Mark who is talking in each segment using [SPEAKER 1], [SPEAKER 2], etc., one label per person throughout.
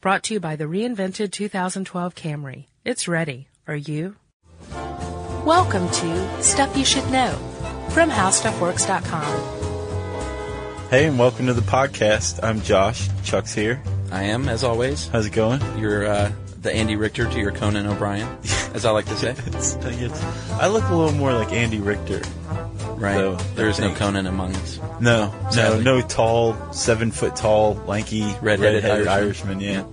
[SPEAKER 1] Brought to you by the reinvented 2012 Camry. It's ready. Are you? Welcome to Stuff You Should Know from HowStuffWorks.com.
[SPEAKER 2] Hey, and welcome to the podcast. I'm Josh. Chuck's here.
[SPEAKER 3] I am, as always,
[SPEAKER 2] How's it going?
[SPEAKER 3] your uh, the Andy Richter to your Conan O'Brien, as I like to say.
[SPEAKER 2] It's, I, guess- I look a little more like Andy Richter.
[SPEAKER 3] Right?
[SPEAKER 2] So,
[SPEAKER 3] there is no
[SPEAKER 2] thanks.
[SPEAKER 3] Conan among us.
[SPEAKER 2] No, no,
[SPEAKER 3] Sadly.
[SPEAKER 2] no tall, seven foot tall, lanky,
[SPEAKER 3] Red-headed
[SPEAKER 2] Irishman.
[SPEAKER 3] Irishman.
[SPEAKER 2] yeah.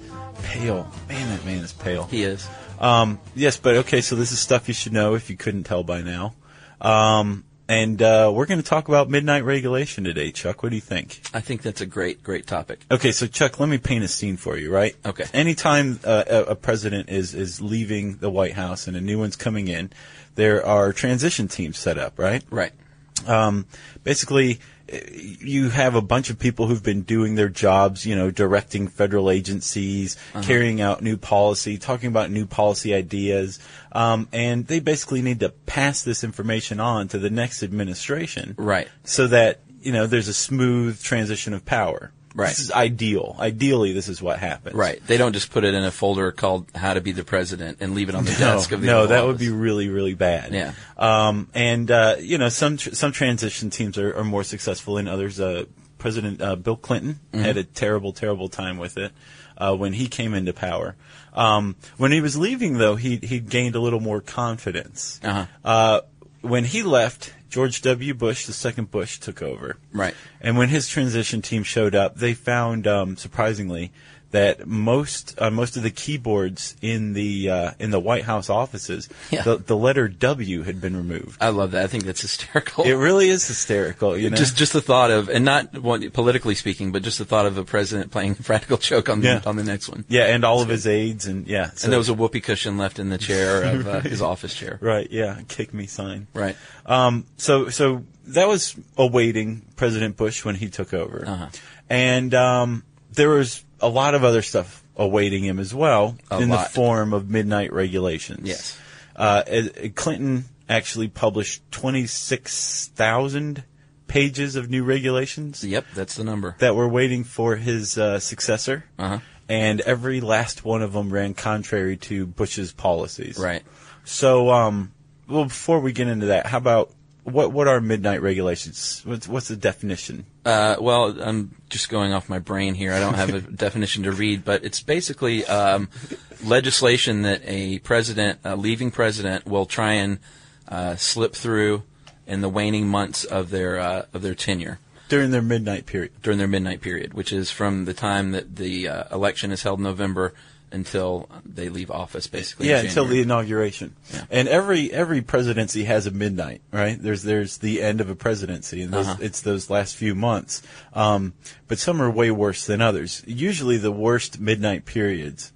[SPEAKER 2] Pale. Man, that man is pale.
[SPEAKER 3] He is.
[SPEAKER 2] Um, yes, but okay, so this is stuff you should know if you couldn't tell by now. Um, and uh, we're going to talk about midnight regulation today, Chuck. What do you think?
[SPEAKER 3] I think that's a great, great topic.
[SPEAKER 2] Okay, so Chuck, let me paint a scene for you, right?
[SPEAKER 3] Okay.
[SPEAKER 2] Anytime uh, a, a president is is leaving the White House and a new one's coming in, there are transition teams set up, right?
[SPEAKER 3] Right.
[SPEAKER 2] Um, basically, eh, you have a bunch of people who've been doing their jobs, you know, directing federal agencies,
[SPEAKER 3] Uh-huh.
[SPEAKER 2] carrying out new policy, talking about new policy ideas, um, and they basically need to pass this information on to the next administration,
[SPEAKER 3] Right.
[SPEAKER 2] So that you know there's a smooth transition of power.
[SPEAKER 3] Right.
[SPEAKER 2] This is ideal. Ideally, this is what happens.
[SPEAKER 3] Right. They don't just put it in a folder called "How to Be the President" and leave it on the
[SPEAKER 2] No,
[SPEAKER 3] desk of the
[SPEAKER 2] no,
[SPEAKER 3] Oval
[SPEAKER 2] that would
[SPEAKER 3] Office.
[SPEAKER 2] be really, really bad.
[SPEAKER 3] Yeah.
[SPEAKER 2] Um, and uh, you know, some tr- some transition teams are, are more successful than others. Uh, President uh, Bill Clinton
[SPEAKER 3] Mm-hmm.
[SPEAKER 2] had a terrible, terrible time with it uh, when he came into power. Um, when he was leaving, though, he he gained a little more confidence.
[SPEAKER 3] Uh-huh.
[SPEAKER 2] Uh, when he left, George W. Bush, the second Bush, took over.
[SPEAKER 3] Right.
[SPEAKER 2] And when his transition team showed up, they found um, surprisingly that most uh, most of the keyboards in the uh, in the White House offices,
[SPEAKER 3] Yeah.
[SPEAKER 2] the, the letter W had been removed.
[SPEAKER 3] I love that. I think that's hysterical.
[SPEAKER 2] It really is hysterical, you know.
[SPEAKER 3] just, just the thought of, and not what, politically speaking, but just the thought of a president playing a practical joke on the
[SPEAKER 2] Yeah.
[SPEAKER 3] on the next one.
[SPEAKER 2] yeah, and all of his aides, and yeah, so-
[SPEAKER 3] And there was a whoopee cushion left in the chair of uh, his office chair.
[SPEAKER 2] right, yeah, kick me sign.
[SPEAKER 3] Right.
[SPEAKER 2] Um, so, so that was awaiting President Bush when he took over.
[SPEAKER 3] Uh-huh.
[SPEAKER 2] And, um, there was a lot of other stuff awaiting him as well
[SPEAKER 3] A
[SPEAKER 2] in the
[SPEAKER 3] lot.
[SPEAKER 2] form of midnight regulations.
[SPEAKER 3] Yes.
[SPEAKER 2] Uh, as- Clinton actually published 26,000 pages of new regulations
[SPEAKER 3] Yep, that's the number.
[SPEAKER 2] that were waiting for his uh, successor.
[SPEAKER 3] Uh-huh.
[SPEAKER 2] And every last one of them ran contrary to Bush's policies.
[SPEAKER 3] Right.
[SPEAKER 2] So, um, well, before we get into that, how about what what are midnight regulations? What's, what's the definition?
[SPEAKER 3] Uh, well, I'm just going off my brain here. I don't have a definition to read, but it's basically um, legislation that a president, a leaving president, will try and uh, slip through in the waning months of their uh, of their tenure
[SPEAKER 2] During their midnight period.
[SPEAKER 3] during their midnight period, which is from the time that the uh, election is held in November until they leave office, basically. in
[SPEAKER 2] Yeah, until the
[SPEAKER 3] January.
[SPEAKER 2] inauguration. And every every presidency has a midnight, right? There's there's the end of a presidency, and those,
[SPEAKER 3] Uh-huh.
[SPEAKER 2] it's those last few months. Um, but some are way worse than others. Usually, the worst midnight periods,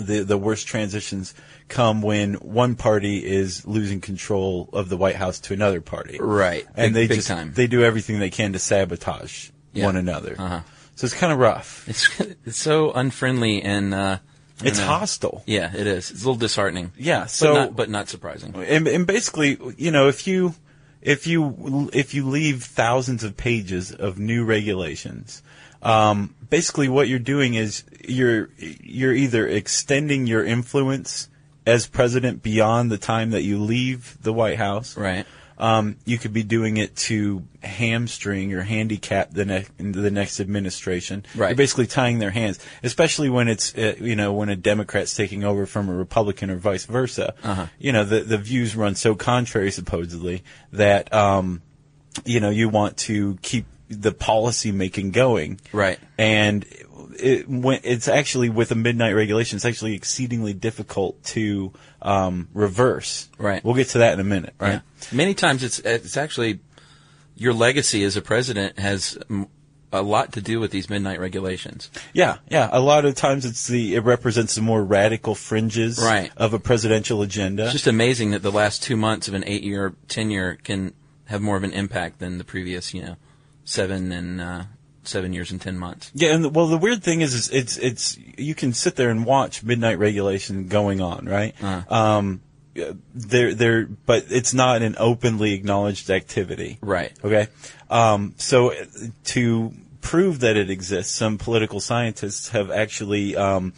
[SPEAKER 2] the the worst transitions, come when one party is losing control of the White House to another party.
[SPEAKER 3] Right.
[SPEAKER 2] and
[SPEAKER 3] Big-
[SPEAKER 2] they
[SPEAKER 3] big
[SPEAKER 2] just
[SPEAKER 3] time.
[SPEAKER 2] they do everything they can to sabotage
[SPEAKER 3] Yeah.
[SPEAKER 2] one another.
[SPEAKER 3] Uh-huh.
[SPEAKER 2] So it's kind of rough.
[SPEAKER 3] It's it's so unfriendly and uh, I don't
[SPEAKER 2] It's
[SPEAKER 3] know.
[SPEAKER 2] hostile.
[SPEAKER 3] Yeah, it is. It's a little disheartening.
[SPEAKER 2] Yeah,
[SPEAKER 3] But
[SPEAKER 2] so-
[SPEAKER 3] not- but not surprising.
[SPEAKER 2] and, and basically, you know, if you if you if you leave thousands of pages of new regulations, um, basically what you're doing is you're you're either extending your influence as president beyond the time that you leave the White House,
[SPEAKER 3] Right.
[SPEAKER 2] Um, you could be doing it to hamstring or handicap the next the next administration.
[SPEAKER 3] Right.
[SPEAKER 2] You're basically tying their hands, especially when it's uh, you know when a Democrat's taking over from a Republican or vice versa.
[SPEAKER 3] Uh-huh.
[SPEAKER 2] You know the the views run so contrary supposedly that um, you know you want to keep the policy making going.
[SPEAKER 3] Right.
[SPEAKER 2] And it, when, it's actually with a midnight regulation, it's actually exceedingly difficult to um, reverse.
[SPEAKER 3] Right.
[SPEAKER 2] We'll get to that in a minute. Right.
[SPEAKER 3] Yeah. Many times it's it's actually your legacy as a president has mm, a lot to do with these midnight regulations.
[SPEAKER 2] Yeah, yeah. A lot of times it's the it represents the more radical fringes
[SPEAKER 3] Right.
[SPEAKER 2] of a presidential agenda.
[SPEAKER 3] It's just amazing that the last two months of an eight-year tenure can have more of an impact than the previous, you know, seven and uh, seven years and ten months.
[SPEAKER 2] yeah, and the, well, the weird thing is, is it's it's you can sit there and watch midnight regulation going on, right?
[SPEAKER 3] Uh.
[SPEAKER 2] Um, they're they're but it's not an openly acknowledged activity,
[SPEAKER 3] Right.
[SPEAKER 2] Okay, um, so uh, to prove that it exists. Some political scientists have actually um,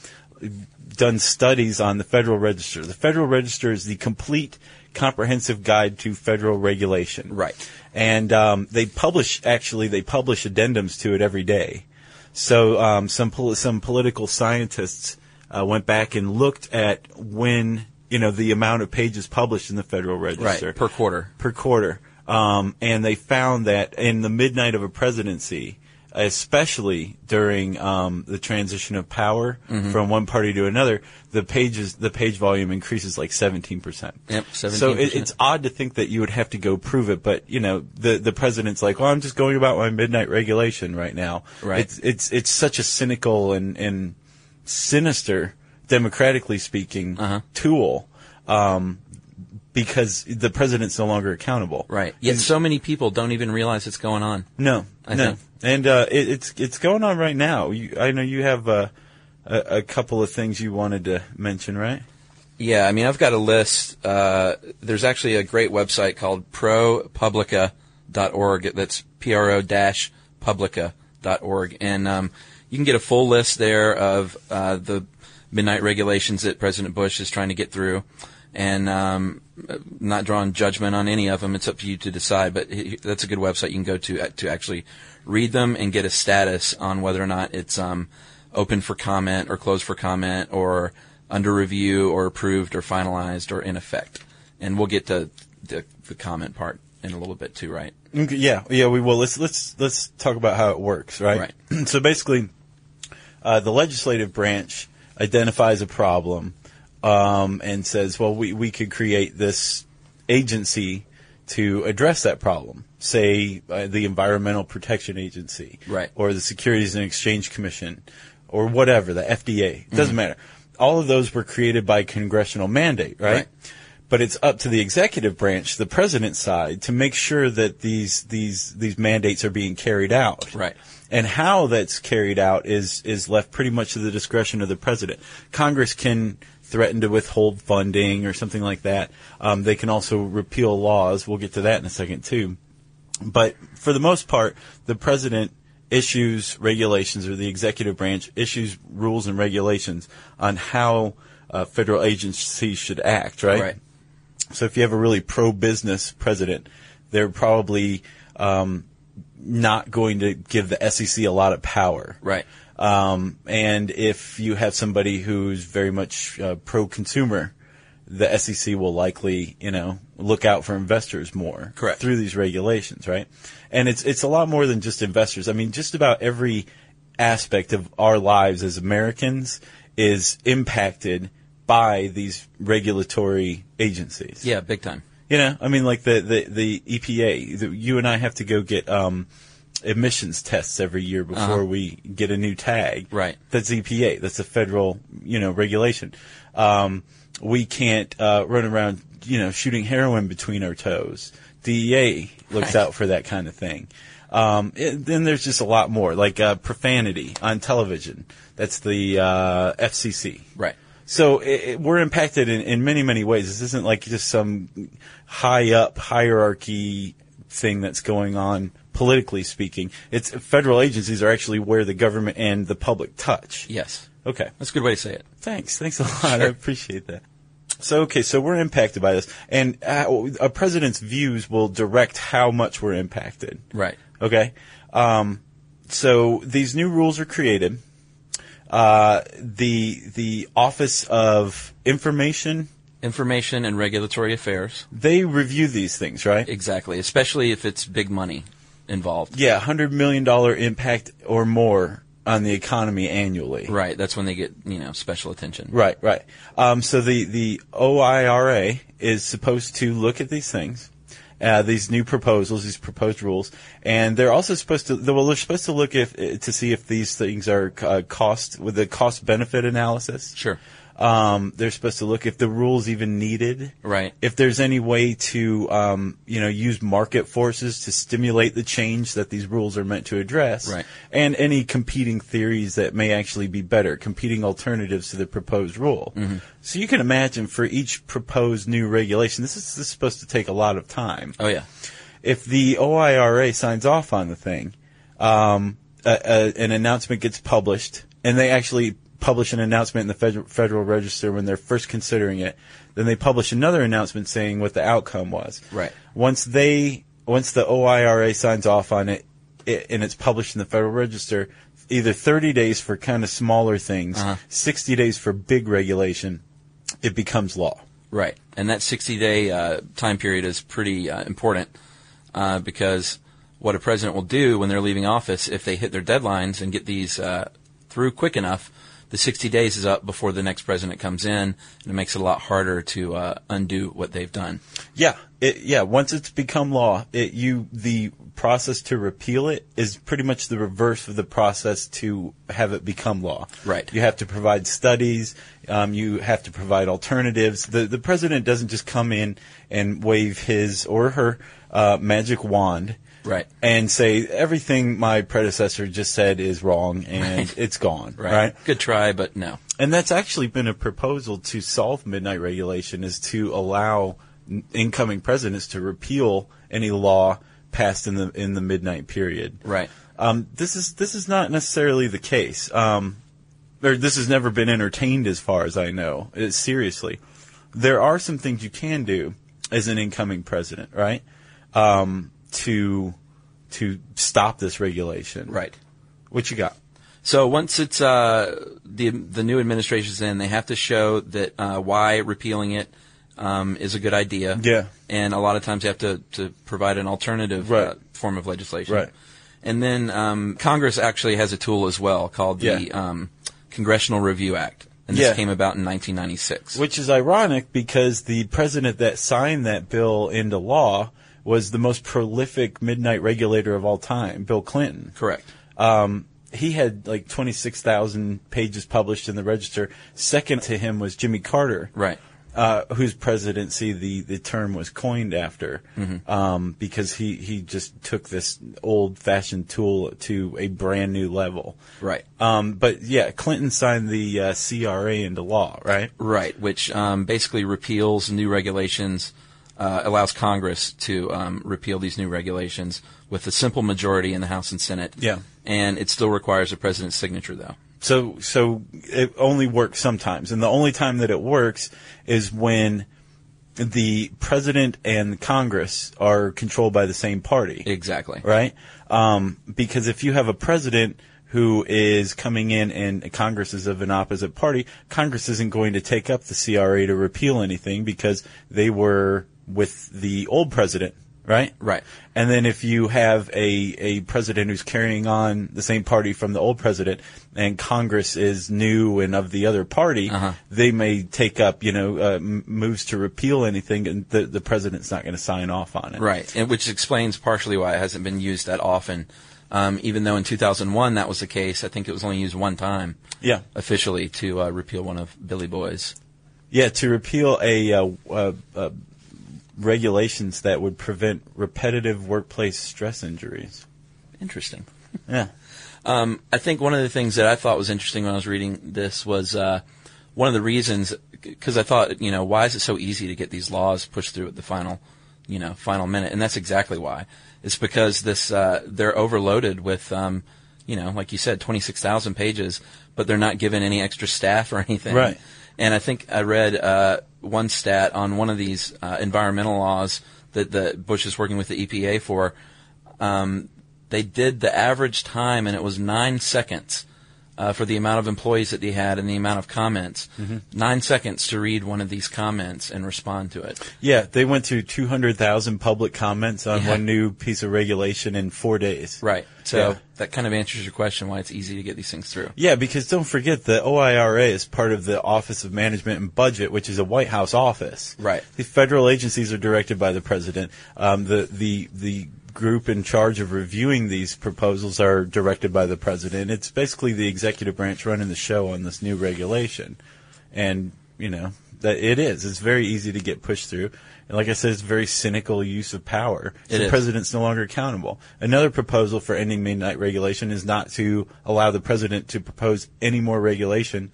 [SPEAKER 2] done studies on the Federal Register. The Federal Register is the complete, comprehensive guide to federal regulation.
[SPEAKER 3] Right.
[SPEAKER 2] And um, they publish actually they publish addendums to it every day. So um, some pol- some political scientists uh, went back and looked at when you know the amount of pages published in the Federal Register
[SPEAKER 3] Right. Per quarter.
[SPEAKER 2] per quarter. Um, and they found that in the midnight of a presidency, especially during um, the transition of power from one party to another, the pages the page volume increases like seventeen percent.
[SPEAKER 3] Yep,
[SPEAKER 2] So it,
[SPEAKER 3] 17%.
[SPEAKER 2] it's odd to think that you would have to go prove it, but you know the the president's like, well, I'm just going about my midnight regulation right now.
[SPEAKER 3] Right.
[SPEAKER 2] It's it's it's such a cynical and and sinister, democratically speaking,
[SPEAKER 3] Uh-huh.
[SPEAKER 2] tool. Um, because the president's no longer accountable.
[SPEAKER 3] Right. Yet so many people don't even realize it's going on.
[SPEAKER 2] No,
[SPEAKER 3] I
[SPEAKER 2] no,
[SPEAKER 3] think.
[SPEAKER 2] and uh, it, it's it's going on right now. You, I know you have uh, a, a couple of things you wanted to mention, right?
[SPEAKER 3] Yeah, I mean, I've got a list. Uh, there's actually a great website called propublica.org. That's pro-publica.org. And um, you can get a full list there of uh, the midnight regulations that President Bush is trying to get through. And um, not drawing judgment on any of them. It's up to you to decide. But he- that's a good website you can go to uh, to actually read them and get a status on whether or not it's um, open for comment or closed for comment or under review or approved or finalized or in effect. And we'll get to the, the comment part in a little bit too, right?
[SPEAKER 2] Okay, yeah, yeah, we will. Let's let's let's talk about how it works, right? Right. so basically, uh, the legislative branch identifies a problem um, and says, well, we we could create this agency to address that problem. Say uh, the Environmental Protection Agency,
[SPEAKER 3] Right.
[SPEAKER 2] or the Securities and Exchange Commission, or whatever the FDA. It doesn't matter. All of those were created by congressional mandate,
[SPEAKER 3] Right.
[SPEAKER 2] right? but it's up to the executive branch, the president's side, to make sure that these these these mandates are being carried out.
[SPEAKER 3] Right.
[SPEAKER 2] And how that's carried out is is left pretty much to the discretion of the president. Congress can threaten to withhold funding or something like that. Um, they can also repeal laws. We'll get to that in a second too. But for the most part, the president issues regulations or the executive branch issues rules and regulations on how uh, federal agencies should act, right?
[SPEAKER 3] Right.
[SPEAKER 2] So if you have a really pro-business president, they're probably um, not going to give the SEC a lot of power.
[SPEAKER 3] Right.
[SPEAKER 2] Um, and if you have somebody who's very much uh, pro-consumer, the SEC will likely, you know, look out for investors more
[SPEAKER 3] Correct.
[SPEAKER 2] through these regulations, right? And it's it's a lot more than just investors. I mean, just about every aspect of our lives as Americans is impacted by these regulatory agencies.
[SPEAKER 3] Yeah, big time.
[SPEAKER 2] You know, I mean, like the the the EPA. The, you and I have to go get um, emissions tests every year before we get a new tag.
[SPEAKER 3] Uh-huh. Right.
[SPEAKER 2] That's EPA. That's a federal, you know, regulation. Um, we can't uh, run around, you know, shooting heroin between our toes. DEA looks
[SPEAKER 3] Right.
[SPEAKER 2] out for that kind of thing. Um, and then there's just a lot more, like uh, profanity on television. That's the uh, FCC.
[SPEAKER 3] Right.
[SPEAKER 2] So it, it, we're impacted in, in many, many ways. This isn't like just some high up hierarchy thing that's going on politically speaking. It's federal agencies are actually where the government and the public touch.
[SPEAKER 3] Yes.
[SPEAKER 2] Okay.
[SPEAKER 3] That's a good way to say it.
[SPEAKER 2] Thanks. Thanks a lot. I appreciate that. So, okay. So we're impacted by this and uh, a president's views will direct how much we're impacted.
[SPEAKER 3] Right.
[SPEAKER 2] Okay. Um, so these new rules are created. Uh, the the Office of Information
[SPEAKER 3] Information and regulatory affairs.
[SPEAKER 2] they review these things, right?
[SPEAKER 3] Exactly. Especially if it's big money involved.
[SPEAKER 2] yeah, hundred million dollar impact or more on the economy annually.
[SPEAKER 3] Right. That's when they get, you know, special attention.
[SPEAKER 2] Right, right. Um, so the, the OIRA is supposed to look at these things, uh, these new proposals, these proposed rules, and they're also supposed to, well, they're supposed to look if, to see if these things are uh, cost, with a cost benefit analysis.
[SPEAKER 3] Sure.
[SPEAKER 2] Um, they're supposed to look if the rules even needed.
[SPEAKER 3] Right.
[SPEAKER 2] If there's any way to, um, you know, use market forces to stimulate the change that these rules are meant to address.
[SPEAKER 3] Right.
[SPEAKER 2] And any competing theories that may actually be better, competing alternatives to the proposed rule.
[SPEAKER 3] Mm-hmm.
[SPEAKER 2] So you can imagine for each proposed new regulation, this is, this is supposed to take a lot of time
[SPEAKER 3] Oh, yeah.
[SPEAKER 2] if the OIRA signs off on the thing, um, uh, uh, an announcement gets published, and they actually publish an announcement in the Fed- Federal Register when they're first considering it, then they publish another announcement saying what the outcome was.
[SPEAKER 3] Right.
[SPEAKER 2] Once they, once the OIRA signs off on it, it and it's published in the Federal Register, either 30 days for kind of smaller things, 60 days for big regulation, it becomes law.
[SPEAKER 3] Right. And that 60 day uh, time period is pretty uh, important uh, because what a president will do when they're leaving office, if they hit their deadlines and get these uh, through quick enough, the 60 days is up before the next president comes in, and it makes it a lot harder to uh, undo what they've done.
[SPEAKER 2] Yeah, it, yeah. Once it's become law, it, you the process to repeal it is pretty much the reverse of the process to have it become law.
[SPEAKER 3] Right.
[SPEAKER 2] You have to provide studies. Um, you have to provide alternatives. The the president doesn't just come in and wave his or her uh, magic wand.
[SPEAKER 3] Right.
[SPEAKER 2] And say everything my predecessor just said is wrong and
[SPEAKER 3] Right.
[SPEAKER 2] it's gone. right?
[SPEAKER 3] Good try, but no.
[SPEAKER 2] And that's actually been a proposal to solve midnight regulation is to allow n- incoming presidents to repeal any law passed in the in the midnight period.
[SPEAKER 3] Right.
[SPEAKER 2] Um, this is this is not necessarily the case. Um, or this has never been entertained as far as I know. uh, seriously, there are some things you can do as an incoming president, right? Um, to to stop this regulation.
[SPEAKER 3] Right.
[SPEAKER 2] What you got?
[SPEAKER 3] So once it's uh, the the new administration's in, they have to show that uh, why repealing it um, is a good idea.
[SPEAKER 2] Yeah.
[SPEAKER 3] and a lot of times they have to, to provide an alternative uh,
[SPEAKER 2] Right.
[SPEAKER 3] form of legislation.
[SPEAKER 2] Right.
[SPEAKER 3] And then um, Congress actually has a tool as well called the
[SPEAKER 2] Yeah.
[SPEAKER 3] um, Congressional Review Act, and this
[SPEAKER 2] Yeah.
[SPEAKER 3] came about in 1996.
[SPEAKER 2] Which is ironic because the president that signed that bill into law was the most prolific midnight regulator of all time, Bill Clinton.
[SPEAKER 3] Correct.
[SPEAKER 2] Um, he had like 26,000 pages published in the register. Second to him was Jimmy Carter.
[SPEAKER 3] Right.
[SPEAKER 2] Uh, whose presidency the, the term was coined after, um, because he, he just took this old fashioned tool to a brand new level.
[SPEAKER 3] Right.
[SPEAKER 2] Um, but yeah, Clinton signed the uh, CRA into law, right?
[SPEAKER 3] Right, which um, basically repeals new regulations, uh, allows Congress to um, repeal these new regulations with a simple majority in the House and Senate.
[SPEAKER 2] Yeah.
[SPEAKER 3] And it still requires the president's signature, though.
[SPEAKER 2] So so it only works sometimes, and the only time that it works is when the president and Congress are controlled by the same party,
[SPEAKER 3] Exactly.
[SPEAKER 2] right? Um, because if you have a president who is coming in and Congress is of an opposite party, Congress isn't going to take up the CRA to repeal anything because they were with the old president, right?
[SPEAKER 3] Right.
[SPEAKER 2] And then if you have a, a president who's carrying on the same party from the old president and Congress is new and of the other party,
[SPEAKER 3] Uh-huh.
[SPEAKER 2] they may take up, you know, uh, m- moves to repeal anything and the, the president's not going to sign off on it.
[SPEAKER 3] Right, and which explains partially why it hasn't been used that often. Um, even though in 2001 that was the case, I think it was only used one time
[SPEAKER 2] Yeah.
[SPEAKER 3] officially to uh, repeal one of Billy Boy's.
[SPEAKER 2] Yeah. To repeal a, uh, uh, uh, regulations that would prevent repetitive workplace stress injuries.
[SPEAKER 3] Interesting.
[SPEAKER 2] Yeah.
[SPEAKER 3] I think one of the things that I thought was interesting when I was reading this was uh, one of the reasons because I thought, you know, why is it so easy to get these laws pushed through at the final, you know, final minute? And that's exactly why. It's because this uh, they're overloaded with, um, you know, like you said, twenty six thousand pages, but they're not given any extra staff or anything.
[SPEAKER 2] Right.
[SPEAKER 3] And I think I read uh, one stat on one of these uh, environmental laws that the Bush is working with the EPA for Um, they did the average time, and it was nine seconds uh, for the amount of employees that they had and the amount of comments.
[SPEAKER 2] Mm-hmm.
[SPEAKER 3] Nine seconds to read one of these comments and respond to it.
[SPEAKER 2] Yeah. They went to 200,000 public comments on
[SPEAKER 3] Yeah.
[SPEAKER 2] one new piece of regulation in four days.
[SPEAKER 3] Right. So
[SPEAKER 2] Yeah.
[SPEAKER 3] that kind of answers your question why it's easy to get these things through.
[SPEAKER 2] Yeah, because don't forget the OIRA is part of the Office of Management and Budget, which is a White House office.
[SPEAKER 3] Right.
[SPEAKER 2] The federal agencies are directed by the president. Um, the the the group in charge of reviewing these proposals are directed by the president. It's basically the executive branch running the show on this new regulation, and you know that it is. It's very easy to get pushed through. And like I said, it's very cynical use of power.
[SPEAKER 3] It
[SPEAKER 2] the
[SPEAKER 3] is.
[SPEAKER 2] president's no longer accountable. Another proposal for ending midnight regulation is not to allow the president to propose any more regulation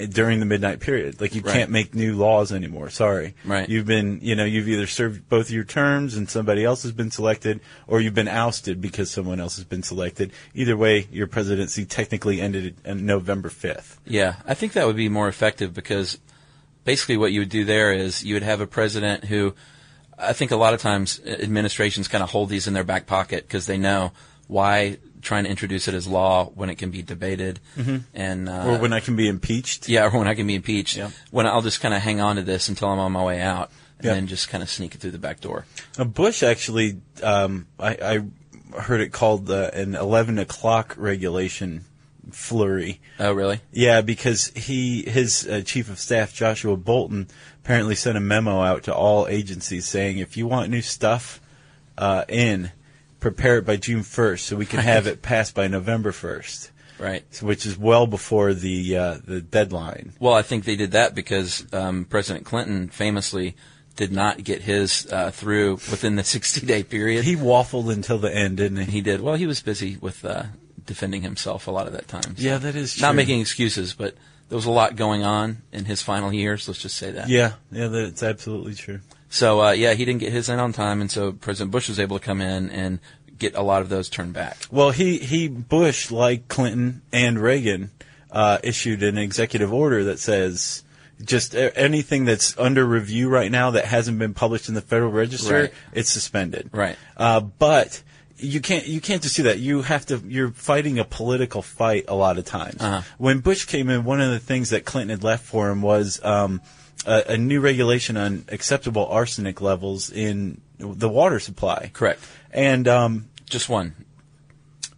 [SPEAKER 2] during the midnight period. Like you
[SPEAKER 3] Right.
[SPEAKER 2] can't make new laws anymore. Sorry.
[SPEAKER 3] Right.
[SPEAKER 2] You've been, you know, you've either served both your terms and somebody else has been selected or you've been ousted because someone else has been selected. Either way, your presidency technically ended on November 5th.
[SPEAKER 3] Yeah, I think that would be more effective because basically what you would do there is you would have a president who I think a lot of times uh, administrations kind of hold these in their back pocket because they know why try and introduce it as law when it can be debated and uh,
[SPEAKER 2] Mm-hmm. Or when I can be impeached.
[SPEAKER 3] yeah, or when I can be impeached.
[SPEAKER 2] Yeah.
[SPEAKER 3] When I'll just kind of hang on to this until I'm on my way out, and
[SPEAKER 2] Yeah.
[SPEAKER 3] then just kind of sneak it through the back door.
[SPEAKER 2] Uh, Bush actually, um, I, I heard it called uh, an 11 o'clock regulation flurry.
[SPEAKER 3] Oh, really?
[SPEAKER 2] Yeah, because he his uh, chief of staff Joshua Bolton apparently sent a memo out to all agencies saying if you want new stuff uh, in, prepare it by June first so we can have it passed by November first,
[SPEAKER 3] Right.
[SPEAKER 2] which is well before the uh, the deadline.
[SPEAKER 3] Well, I think they did that because um, President Clinton famously did not get his uh, through within the 60 day period.
[SPEAKER 2] He waffled until the end, didn't he?
[SPEAKER 3] He did. Well, he was busy with uh, defending himself a lot of that time. so-
[SPEAKER 2] Yeah, that is true.
[SPEAKER 3] Not making excuses, but there was a lot going on in his final years. Let's just say that.
[SPEAKER 2] Yeah, yeah, that's absolutely true.
[SPEAKER 3] So uh, yeah, he didn't get his in on time, and so President Bush was able to come in and get a lot of those turned back.
[SPEAKER 2] Well, he, he Bush, like Clinton and Reagan, uh, issued an executive order that says just a- anything that's under review right now that hasn't been published in the Federal Register,
[SPEAKER 3] Right.
[SPEAKER 2] it's suspended.
[SPEAKER 3] Right.
[SPEAKER 2] Uh, but you can't you can't just do that. You have to. You're fighting a political fight a lot of times.
[SPEAKER 3] Uh-huh.
[SPEAKER 2] When Bush came in, one of the things that Clinton had left for him was um, a, a new regulation on acceptable arsenic levels in the water supply.
[SPEAKER 3] Correct.
[SPEAKER 2] And um,
[SPEAKER 3] Just one.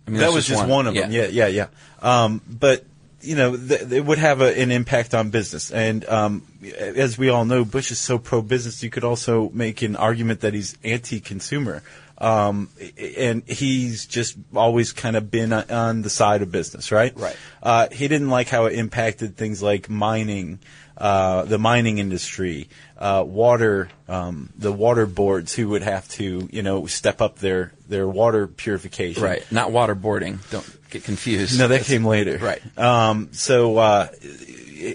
[SPEAKER 3] I mean,
[SPEAKER 2] that
[SPEAKER 3] that's
[SPEAKER 2] was just one, of them. Yeah, yeah, yeah. Um, but you know, th- it would have a, an impact on business. And um, as we all know, Bush is so pro-business. You could also make an argument that he's anti-consumer. Um, i- and he's just always kind of been on- on the side of business, right?
[SPEAKER 3] Right.
[SPEAKER 2] Uh, he didn't like how it impacted things like mining, uh, the mining industry, uh, water, um, the water boards who would have to, you know, step up their, their water purification.
[SPEAKER 3] Right. Not waterboarding. Don't get confused.
[SPEAKER 2] No, that came later.
[SPEAKER 3] Right.
[SPEAKER 2] Um, so uh,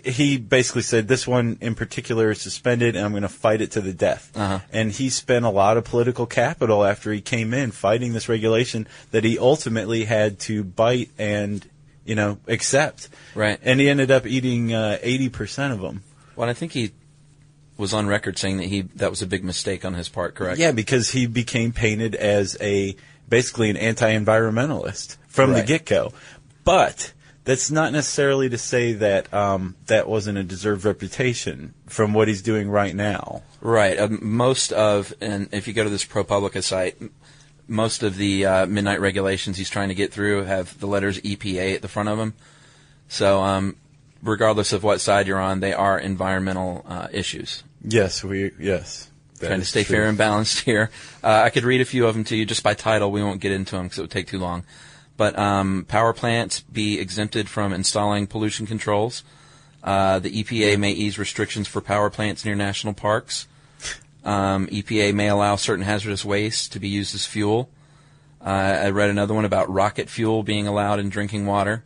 [SPEAKER 2] he basically said this one in particular is suspended, and I'm going to fight it to the death.
[SPEAKER 3] Uh-huh.
[SPEAKER 2] And he spent a lot of political capital after he came in fighting this regulation that he ultimately had to bite and you know accept.
[SPEAKER 3] Right.
[SPEAKER 2] And he ended up eating uh, eighty percent of them.
[SPEAKER 3] Well, I think he was on record saying that he that was a big mistake on his part. Correct.
[SPEAKER 2] Yeah, because he became painted as a basically an anti-environmentalist from the
[SPEAKER 3] Right.
[SPEAKER 2] get-go. But that's not necessarily to say that um, that wasn't a deserved reputation from what he's doing right now.
[SPEAKER 3] Right. Um, most of, and if you go to this ProPublica site, m- most of the uh, midnight regulations he's trying to get through have the letters EPA at the front of them. So, um, regardless of what side you're on, they are environmental uh, issues.
[SPEAKER 2] Yes, we yes. That
[SPEAKER 3] trying to
[SPEAKER 2] is
[SPEAKER 3] stay
[SPEAKER 2] true.
[SPEAKER 3] fair and balanced here. Uh, I could read a few of them to you just by title. We won't get into them because it would take too long. But um, power plants be exempted from installing pollution controls. Uh, the EPA may ease restrictions for power plants near national parks. Um, EPA may allow certain hazardous waste to be used as fuel. Uh, I read another one about rocket fuel being allowed in drinking water.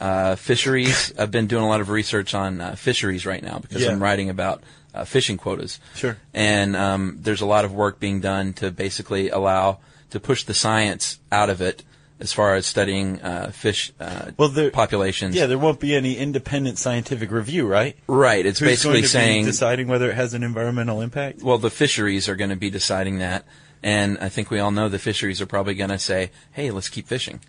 [SPEAKER 3] Uh, fisheries. I've been doing a lot of research on uh, fisheries right now because
[SPEAKER 2] Yeah.
[SPEAKER 3] I'm writing about uh, fishing quotas.
[SPEAKER 2] Sure.
[SPEAKER 3] And um, there's a lot of work being done to basically allow to push the science out of it as far as studying uh, fish uh,
[SPEAKER 2] Well, there-
[SPEAKER 3] populations.
[SPEAKER 2] Yeah, there won't be any independent scientific review, right?
[SPEAKER 3] right. It's
[SPEAKER 2] Who's going
[SPEAKER 3] basically
[SPEAKER 2] to
[SPEAKER 3] saying
[SPEAKER 2] be deciding whether it has an environmental impact?
[SPEAKER 3] well, the fisheries are going to be deciding that. And I think we all know the fisheries are probably going to say, "Hey, let's keep fishing."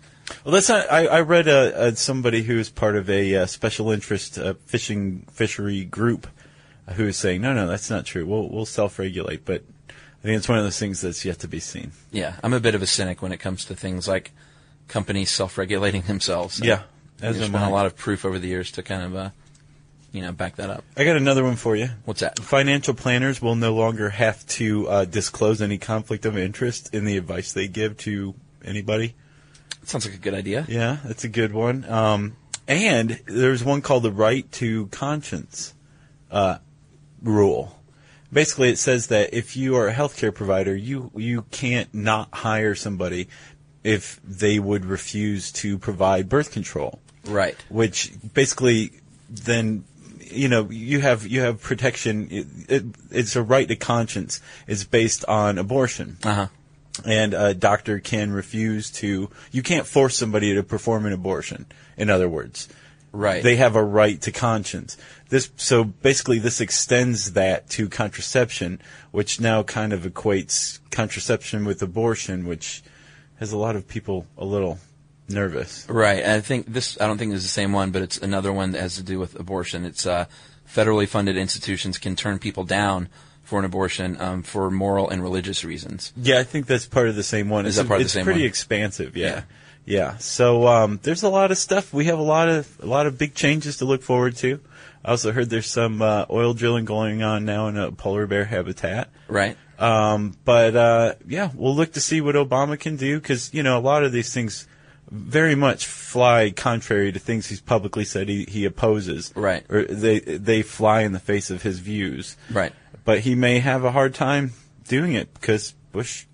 [SPEAKER 2] Well, that's not. I, I read uh, uh, somebody who is part of a uh, special interest uh, fishing fishery group who is saying, no, no, that's not true. We'll we'll self-regulate, but I think it's one of those things that's yet to be seen.
[SPEAKER 3] Yeah, I'm a bit of a cynic when it comes to things like companies self-regulating themselves.
[SPEAKER 2] Yeah, as
[SPEAKER 3] there's
[SPEAKER 2] am
[SPEAKER 3] been
[SPEAKER 2] I.
[SPEAKER 3] a lot of proof over the years to kind of, uh, you know, back that up.
[SPEAKER 2] I got another one for you.
[SPEAKER 3] What's that?
[SPEAKER 2] Financial planners will no longer have to uh, disclose any conflict of interest in the advice they give to anybody.
[SPEAKER 3] Sounds like a good idea.
[SPEAKER 2] Yeah, that's a good one. Um, and there's one called the right to conscience uh, rule. Basically, it says that if you are a healthcare provider, you you can't not hire somebody if they would refuse to provide birth control
[SPEAKER 3] Right.
[SPEAKER 2] which basically then you know you have you have protection. It, it, it's a right to conscience. It's based on abortion.
[SPEAKER 3] Uh huh.
[SPEAKER 2] And a doctor can refuse to. You can't force somebody to perform an abortion. In other words,
[SPEAKER 3] Right.
[SPEAKER 2] they have a right to conscience. This so basically this extends that to contraception, which now kind of equates contraception with abortion, which has a lot of people a little nervous.
[SPEAKER 3] Right. And I think this, I don't think it's the same one, but it's another one that has to do with abortion. It's, uh, federally funded institutions can turn people down for an abortion, um, for moral and religious reasons.
[SPEAKER 2] Yeah, I think that's part of the same one.
[SPEAKER 3] Is
[SPEAKER 2] it's
[SPEAKER 3] that part of the
[SPEAKER 2] it's
[SPEAKER 3] same
[SPEAKER 2] pretty
[SPEAKER 3] one?
[SPEAKER 2] expansive. Yeah.
[SPEAKER 3] Yeah.
[SPEAKER 2] yeah. So um, there's a lot of stuff. We have a lot of a lot of big changes to look forward to. I also heard there's some uh, oil drilling going on now in a polar bear habitat.
[SPEAKER 3] Right.
[SPEAKER 2] Um, but uh, yeah, we'll look to see what Obama can do because you know a lot of these things very much fly contrary to things he's publicly said he, he opposes.
[SPEAKER 3] Right.
[SPEAKER 2] Or they they fly in the face of his views.
[SPEAKER 3] Right.
[SPEAKER 2] But he may have a hard time doing it because Bush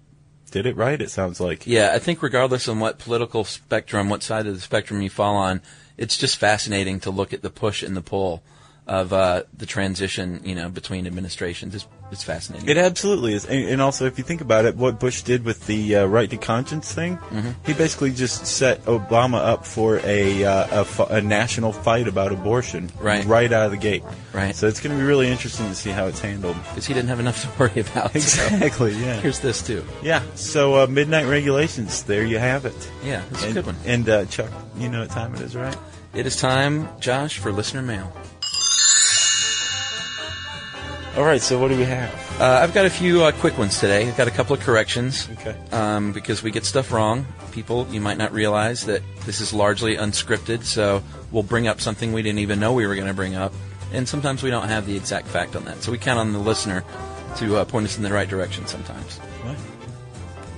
[SPEAKER 2] did it right. It sounds like.
[SPEAKER 3] Yeah. I think regardless on what political spectrum, what side of the spectrum you fall on, it's just fascinating to look at the push and the pull of, uh, the transition, you know, between administrations. It's, it's fascinating.
[SPEAKER 2] It absolutely is, and, and also if you think about it, what Bush did with the uh, right to conscience thing, he basically just set Obama up for a, uh, a fi- a national fight about abortion
[SPEAKER 3] Right.
[SPEAKER 2] right out of the gate.
[SPEAKER 3] Right.
[SPEAKER 2] So it's going to be really interesting to see how it's handled.
[SPEAKER 3] Because he didn't have enough to worry about. so
[SPEAKER 2] Exactly. Yeah.
[SPEAKER 3] Here's this too.
[SPEAKER 2] Yeah. So uh, midnight regulations. There you have it.
[SPEAKER 3] Yeah. It's a
[SPEAKER 2] and,
[SPEAKER 3] good one.
[SPEAKER 2] And uh, Chuck, you know what time it is, right?
[SPEAKER 3] It is time, Josh, for listener mail.
[SPEAKER 2] All right. So what do we have?
[SPEAKER 3] Uh, I've got a few uh, quick ones today. I've got a couple of corrections.
[SPEAKER 2] Okay.
[SPEAKER 3] Um, because we get stuff wrong. People, you might not realize that this is largely unscripted, so we'll bring up something we didn't even know we were going to bring up. And sometimes we don't have the exact fact on that. So we count on the listener to uh, point us in the right direction sometimes.
[SPEAKER 2] What?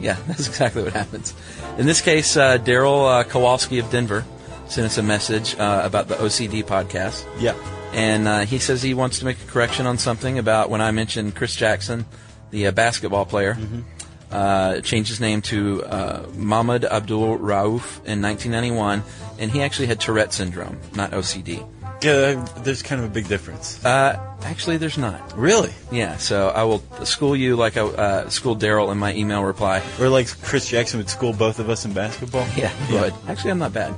[SPEAKER 3] Yeah, that's exactly what happens. In this case, uh, Daryl uh, Kowalski of Denver sent us a message uh, about the OCD podcast.
[SPEAKER 2] Yeah.
[SPEAKER 3] And uh, he says he wants to make a correction on something about when I mentioned Chris Jackson, the uh, basketball player. Uh, changed his name to uh, Mahmoud Abdul Rauf in 1991, and he actually had Tourette syndrome, not OCD.
[SPEAKER 2] Yeah. There's kind of a big difference.
[SPEAKER 3] Uh, actually, there's not.
[SPEAKER 2] really?
[SPEAKER 3] Yeah, so I will school you like I uh, schooled Daryl in my email reply.
[SPEAKER 2] Or like Chris Jackson would school both of us in basketball?
[SPEAKER 3] Yeah, but actually, I'm not bad.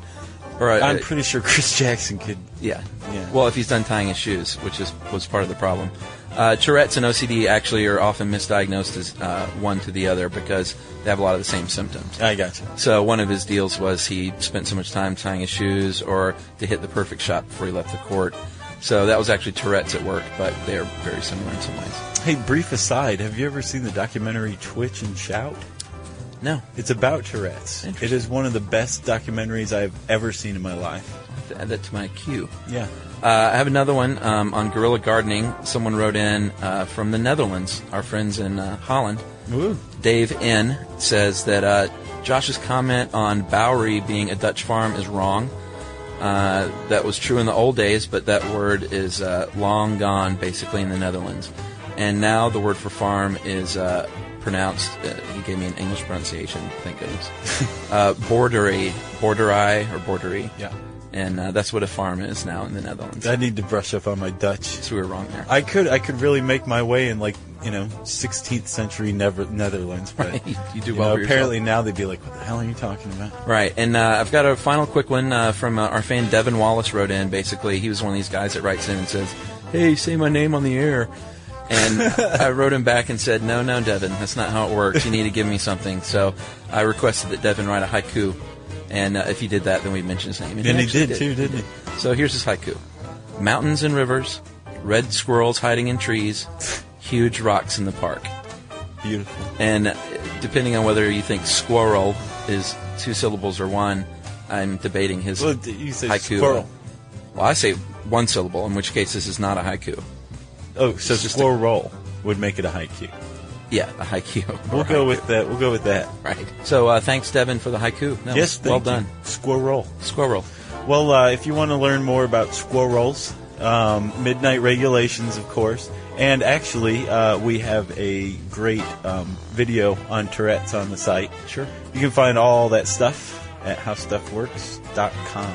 [SPEAKER 3] Or, uh,
[SPEAKER 2] I'm pretty sure Chris Jackson could.
[SPEAKER 3] Yeah.
[SPEAKER 2] Yeah.
[SPEAKER 3] Well, if he's done tying his shoes, which is was part of the problem. Uh, Tourette's and OCD actually are often misdiagnosed as uh, one to the other because they have a lot of the same symptoms.
[SPEAKER 2] I gotcha.
[SPEAKER 3] So one of his deals was he spent so much time tying his shoes or to hit the perfect shot before he left the court. So that was actually Tourette's at work, but they are very similar in some ways.
[SPEAKER 2] Hey, brief aside, have you ever seen the documentary Twitch and Shout?
[SPEAKER 3] No,
[SPEAKER 2] It's about Tourette's. It is one of the best documentaries I've ever seen in my life.
[SPEAKER 3] I have to add that to my queue.
[SPEAKER 2] Yeah.
[SPEAKER 3] Uh, I have another one um, on guerrilla gardening. Someone wrote in uh, from the Netherlands, our friends in uh, Holland.
[SPEAKER 2] Ooh.
[SPEAKER 3] Dave N says that uh, Josh's comment on Bowery being a Dutch farm is wrong. Uh, that was true in the old days, but that word is uh, long gone, basically in the Netherlands. And now the word for farm is uh, pronounced. Uh, he gave me an English pronunciation. Thank goodness. uh, bordery, borderai, or bordery.
[SPEAKER 2] Yeah.
[SPEAKER 3] And uh, that's what a farm is now in the Netherlands.
[SPEAKER 2] I need to brush up on my Dutch.
[SPEAKER 3] so we were wrong there.
[SPEAKER 2] I could I could really make my way in like you know 16th century Never- Netherlands, but
[SPEAKER 3] Right. You do
[SPEAKER 2] you
[SPEAKER 3] well
[SPEAKER 2] know,
[SPEAKER 3] for yourself.
[SPEAKER 2] apparently now they'd be like, "What the hell are you talking about?"
[SPEAKER 3] Right, and uh, I've got a final quick one uh, from uh, our fan Devin Wallace wrote in. Basically, he was one of these guys that writes in and says, "Hey, say my name on the air," and I wrote him back and said, "No, no, Devin, that's not how it works. You need to give me something." So I requested that Devin write a haiku, and uh, if he did that, then we mentioned his name.
[SPEAKER 2] And he
[SPEAKER 3] actually
[SPEAKER 2] did too, didn't he?
[SPEAKER 3] So here's his haiku: Mountains and rivers, red squirrels hiding in trees, huge rocks in the park.
[SPEAKER 2] Beautiful.
[SPEAKER 3] And depending on whether you think squirrel is two syllables or one, I'm debating his
[SPEAKER 2] Well, d- you said
[SPEAKER 3] haiku.
[SPEAKER 2] squirrel.
[SPEAKER 3] Well, I say one syllable, in which case this is not a haiku.
[SPEAKER 2] Oh, so
[SPEAKER 3] It's just a-
[SPEAKER 2] squirrel roll would make it a haiku.
[SPEAKER 3] Yeah, a haiku.
[SPEAKER 2] We'll
[SPEAKER 3] Or
[SPEAKER 2] go
[SPEAKER 3] haiku.
[SPEAKER 2] with that. We'll go with that.
[SPEAKER 3] right. So uh, thanks, Devin, for the haiku. That
[SPEAKER 2] yes,
[SPEAKER 3] was
[SPEAKER 2] thank
[SPEAKER 3] well
[SPEAKER 2] you.
[SPEAKER 3] done.
[SPEAKER 2] Squirrel.
[SPEAKER 3] Squirrel.
[SPEAKER 2] Well, uh, if you want to learn more about squirrels, um, midnight regulations, of course, and actually, uh, we have a great um, video on Tourette's on the site.
[SPEAKER 3] Sure.
[SPEAKER 2] You can find all that stuff at howstuffworks.com.